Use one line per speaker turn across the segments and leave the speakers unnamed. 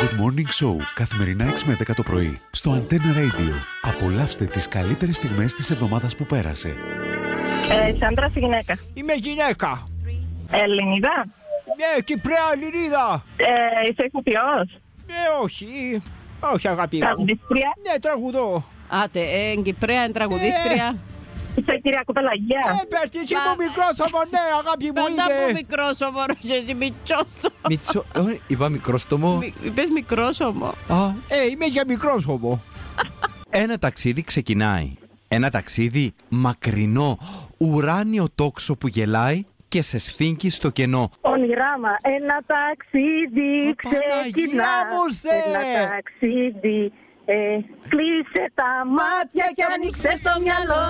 Good Morning Show, καθημερινά 6 με 10 το πρωί, στο Antenna Radio. Απολαύστε τις καλύτερες στιγμές της εβδομάδας που πέρασε.
Ε, άντρα ή γυναίκα.
Είμαι γυναίκα.
Ελληνίδα.
Ναι, Κυπρέα Ελληνίδα.
Ε, είσαι ηθοποιός.
Ναι, όχι. Όχι, αγάπη μου.
Τραγουδίστρια.
Ναι, τραγουδό.
Άτε, ε, εν Κυπρέα, εν τραγουδίστρια.
Είσαι κυρία Κουπελαγία.
Ε, πέφτει μου μικρόσωμο, ναι, αγάπη μου
Ε, Πάντα μου
είναι.
μικρόσωμο, ρε, εσύ μητσόστο.
Μητσο... ε, Είπα μικρόστομο.
Μη- Είπες μικρόσωμο.
Α,
Ε, είμαι για μικρόσωμο.
Ένα ταξίδι ξεκινάει. Ένα ταξίδι μακρινό. Ουράνιο τόξο που γελάει και σε σφίγγει στο κενό.
Ονειράμα, ένα ταξίδι
Ω, Παναγία
ξεκινά.
μου, σε!
Ένα ταξίδι, ε, κλείσε τα μάτια και άνοιξε το μυαλό.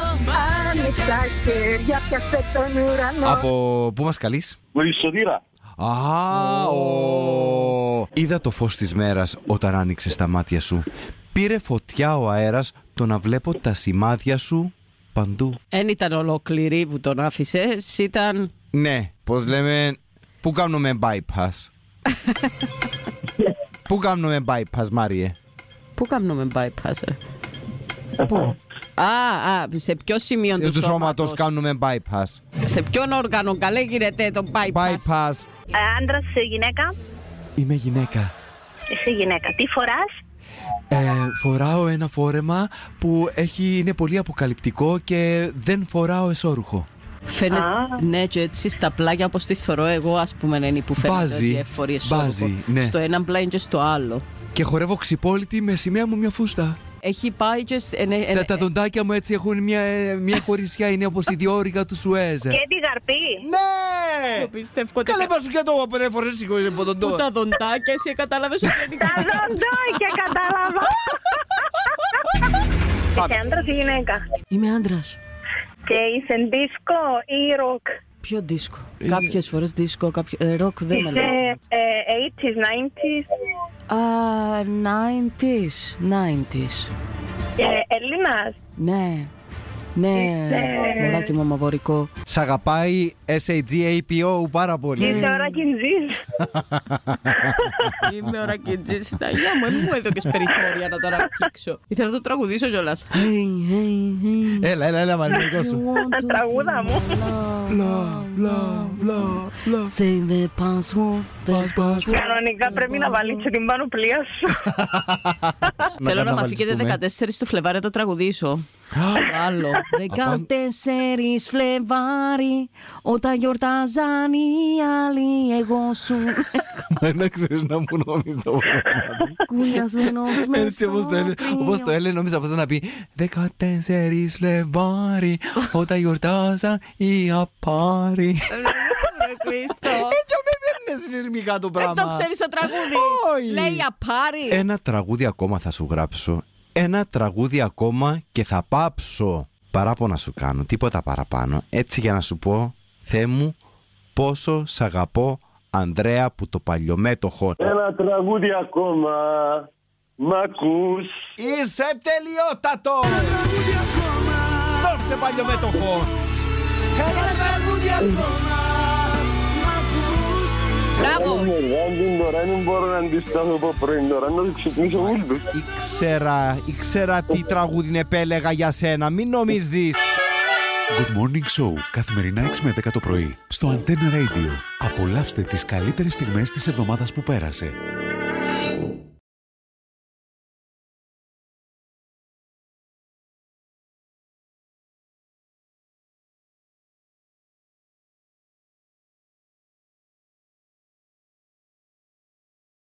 Άνοιξε τα χέρια, πιάσε τον ουρανό.
Από πού μας καλείς?
Βελισσοτήρα.
Α, ο. Είδα το φως της μέρας όταν άνοιξες τα μάτια σου. Πήρε φωτιά ο αέρας το να βλέπω τα σημάδια σου παντού.
Δεν ήταν ολόκληρη που τον άφησες, ήταν.
Ναι, πώς λέμε, πού κάνουμε bypass. πού κάνουμε bypass, Μάριε.
Πού κάνουμε bypass, ρε. Πού. Α, α, σε ποιο σημείο
Του
του,
σώματος
σώματος.
κάνουμε bypass.
Σε ποιον όργανο καλέ γίνεται το bypass.
Bypass.
Άντρα ή Ε, γυναίκα.
Είμαι γυναίκα.
Εσύ γυναίκα. Τι φοράς.
Ε, φοράω ένα φόρεμα που έχει, είναι πολύ αποκαλυπτικό και δεν φοράω εσώρουχο.
Φαίνεται, ναι, και έτσι στα πλάγια όπως τη θωρώ εγώ, ας πούμε, είναι που φαίνεται
Μπάζει,
ότι εφορεί
μπάζει, ναι.
Στο ένα πλάι και στο άλλο.
Και χορεύω ξυπόλυτη με σημαία μου μια φούστα.
Έχει πάει και... σ- εν- εν-
τα, τα δοντάκια μου έτσι έχουν μια, ε, μια χωρισιά, είναι όπως η διόρυγα του Σουέζ.
τη γαρπή.
Ναι!
Ε, Το πιστεύω ότι
Καλέ
τα-
πας σου και το από δεν φορές σηκώνει από τον
που
τό.
τα δοντάκια, εσύ κατάλαβες ότι δεν
Τα δοντόκια κατάλαβα. Είσαι άντρας ή γυναίκα.
Είμαι άντρας.
Και είσαι δίσκο ή ροκ.
Ποιο δίσκο. Κάποιες φορές δίσκο, κάποιο... Ροκ δεν με
Είσαι
λέει.
ε, 80s, 90s.
Α, 90s, 90s.
Ε, Έλληνας.
Ναι. Ναι, μωράκι μου αμαβορικό.
Σ' αγαπάει SAGAPO πάρα πολύ.
Είσαι ώρα κινζής.
Είμαι ώρα και τζέσι τα γεια μου, δεν μου έδωκες περιθώρια να το αναπτύξω. Ήθελα να το τραγουδήσω κιόλας. Hey, hey, hey.
Έλα, έλα, έλα, μαρμικό σου.
Τα τραγούδα μου.
Λα, λα, λα, λα.
Say the password.
Πας, πας.
Κανονικά πρέπει να βάλεις και την πάνω πλοία σου.
Θέλω να
καταβαλιστούμε.
μαθήκετε 14 του Φλεβάρι να το τραγουδήσω. Το Άλλο. 14 Φλεβάρι, όταν γιορτάζαν οι άλλοι, εγώ σου
Μα να ξέρεις να μου νόμιζε το πράγμα.
κουλιασμένος με
Έτσι όπως το έλεγε, όπως το έλεγε νόμιζα πως να πει 14 Φλεβάρι όταν γιορτάζαν οι απάροι Έτσι με παίρνε συνειρμικά το
Δεν
πράγμα
το ξέρεις το τραγούδι.
Όχι.
Λέει απάρι.
Ένα τραγούδι ακόμα θα σου γράψω Ένα τραγούδι ακόμα και θα πάψω Παράπονα σου κάνω, τίποτα παραπάνω Έτσι για να σου πω Θεέ μου πόσο σ' αγαπώ Ανδρέα που το παλιομέτωχο
Ένα τραγούδι ακόμα. Μ' ακούς.
Είσαι τελειότατο! Δώσε παλιό μέτοχο! Ένα τραγούδι ακόμα!
Μπράβο.
Μεγάλη ώρα δεν μπορώ να αντισταθώ από πρωί ώρα να ξυπνήσω ούλδους.
Ήξερα, ήξερα τι τραγούδι επέλεγα για σένα, μην νομίζεις!
Good Morning Show, καθημερινά 6 με 10 το πρωί, στο Antenna Radio. Απολαύστε τις καλύτερες στιγμές της εβδομάδας που πέρασε.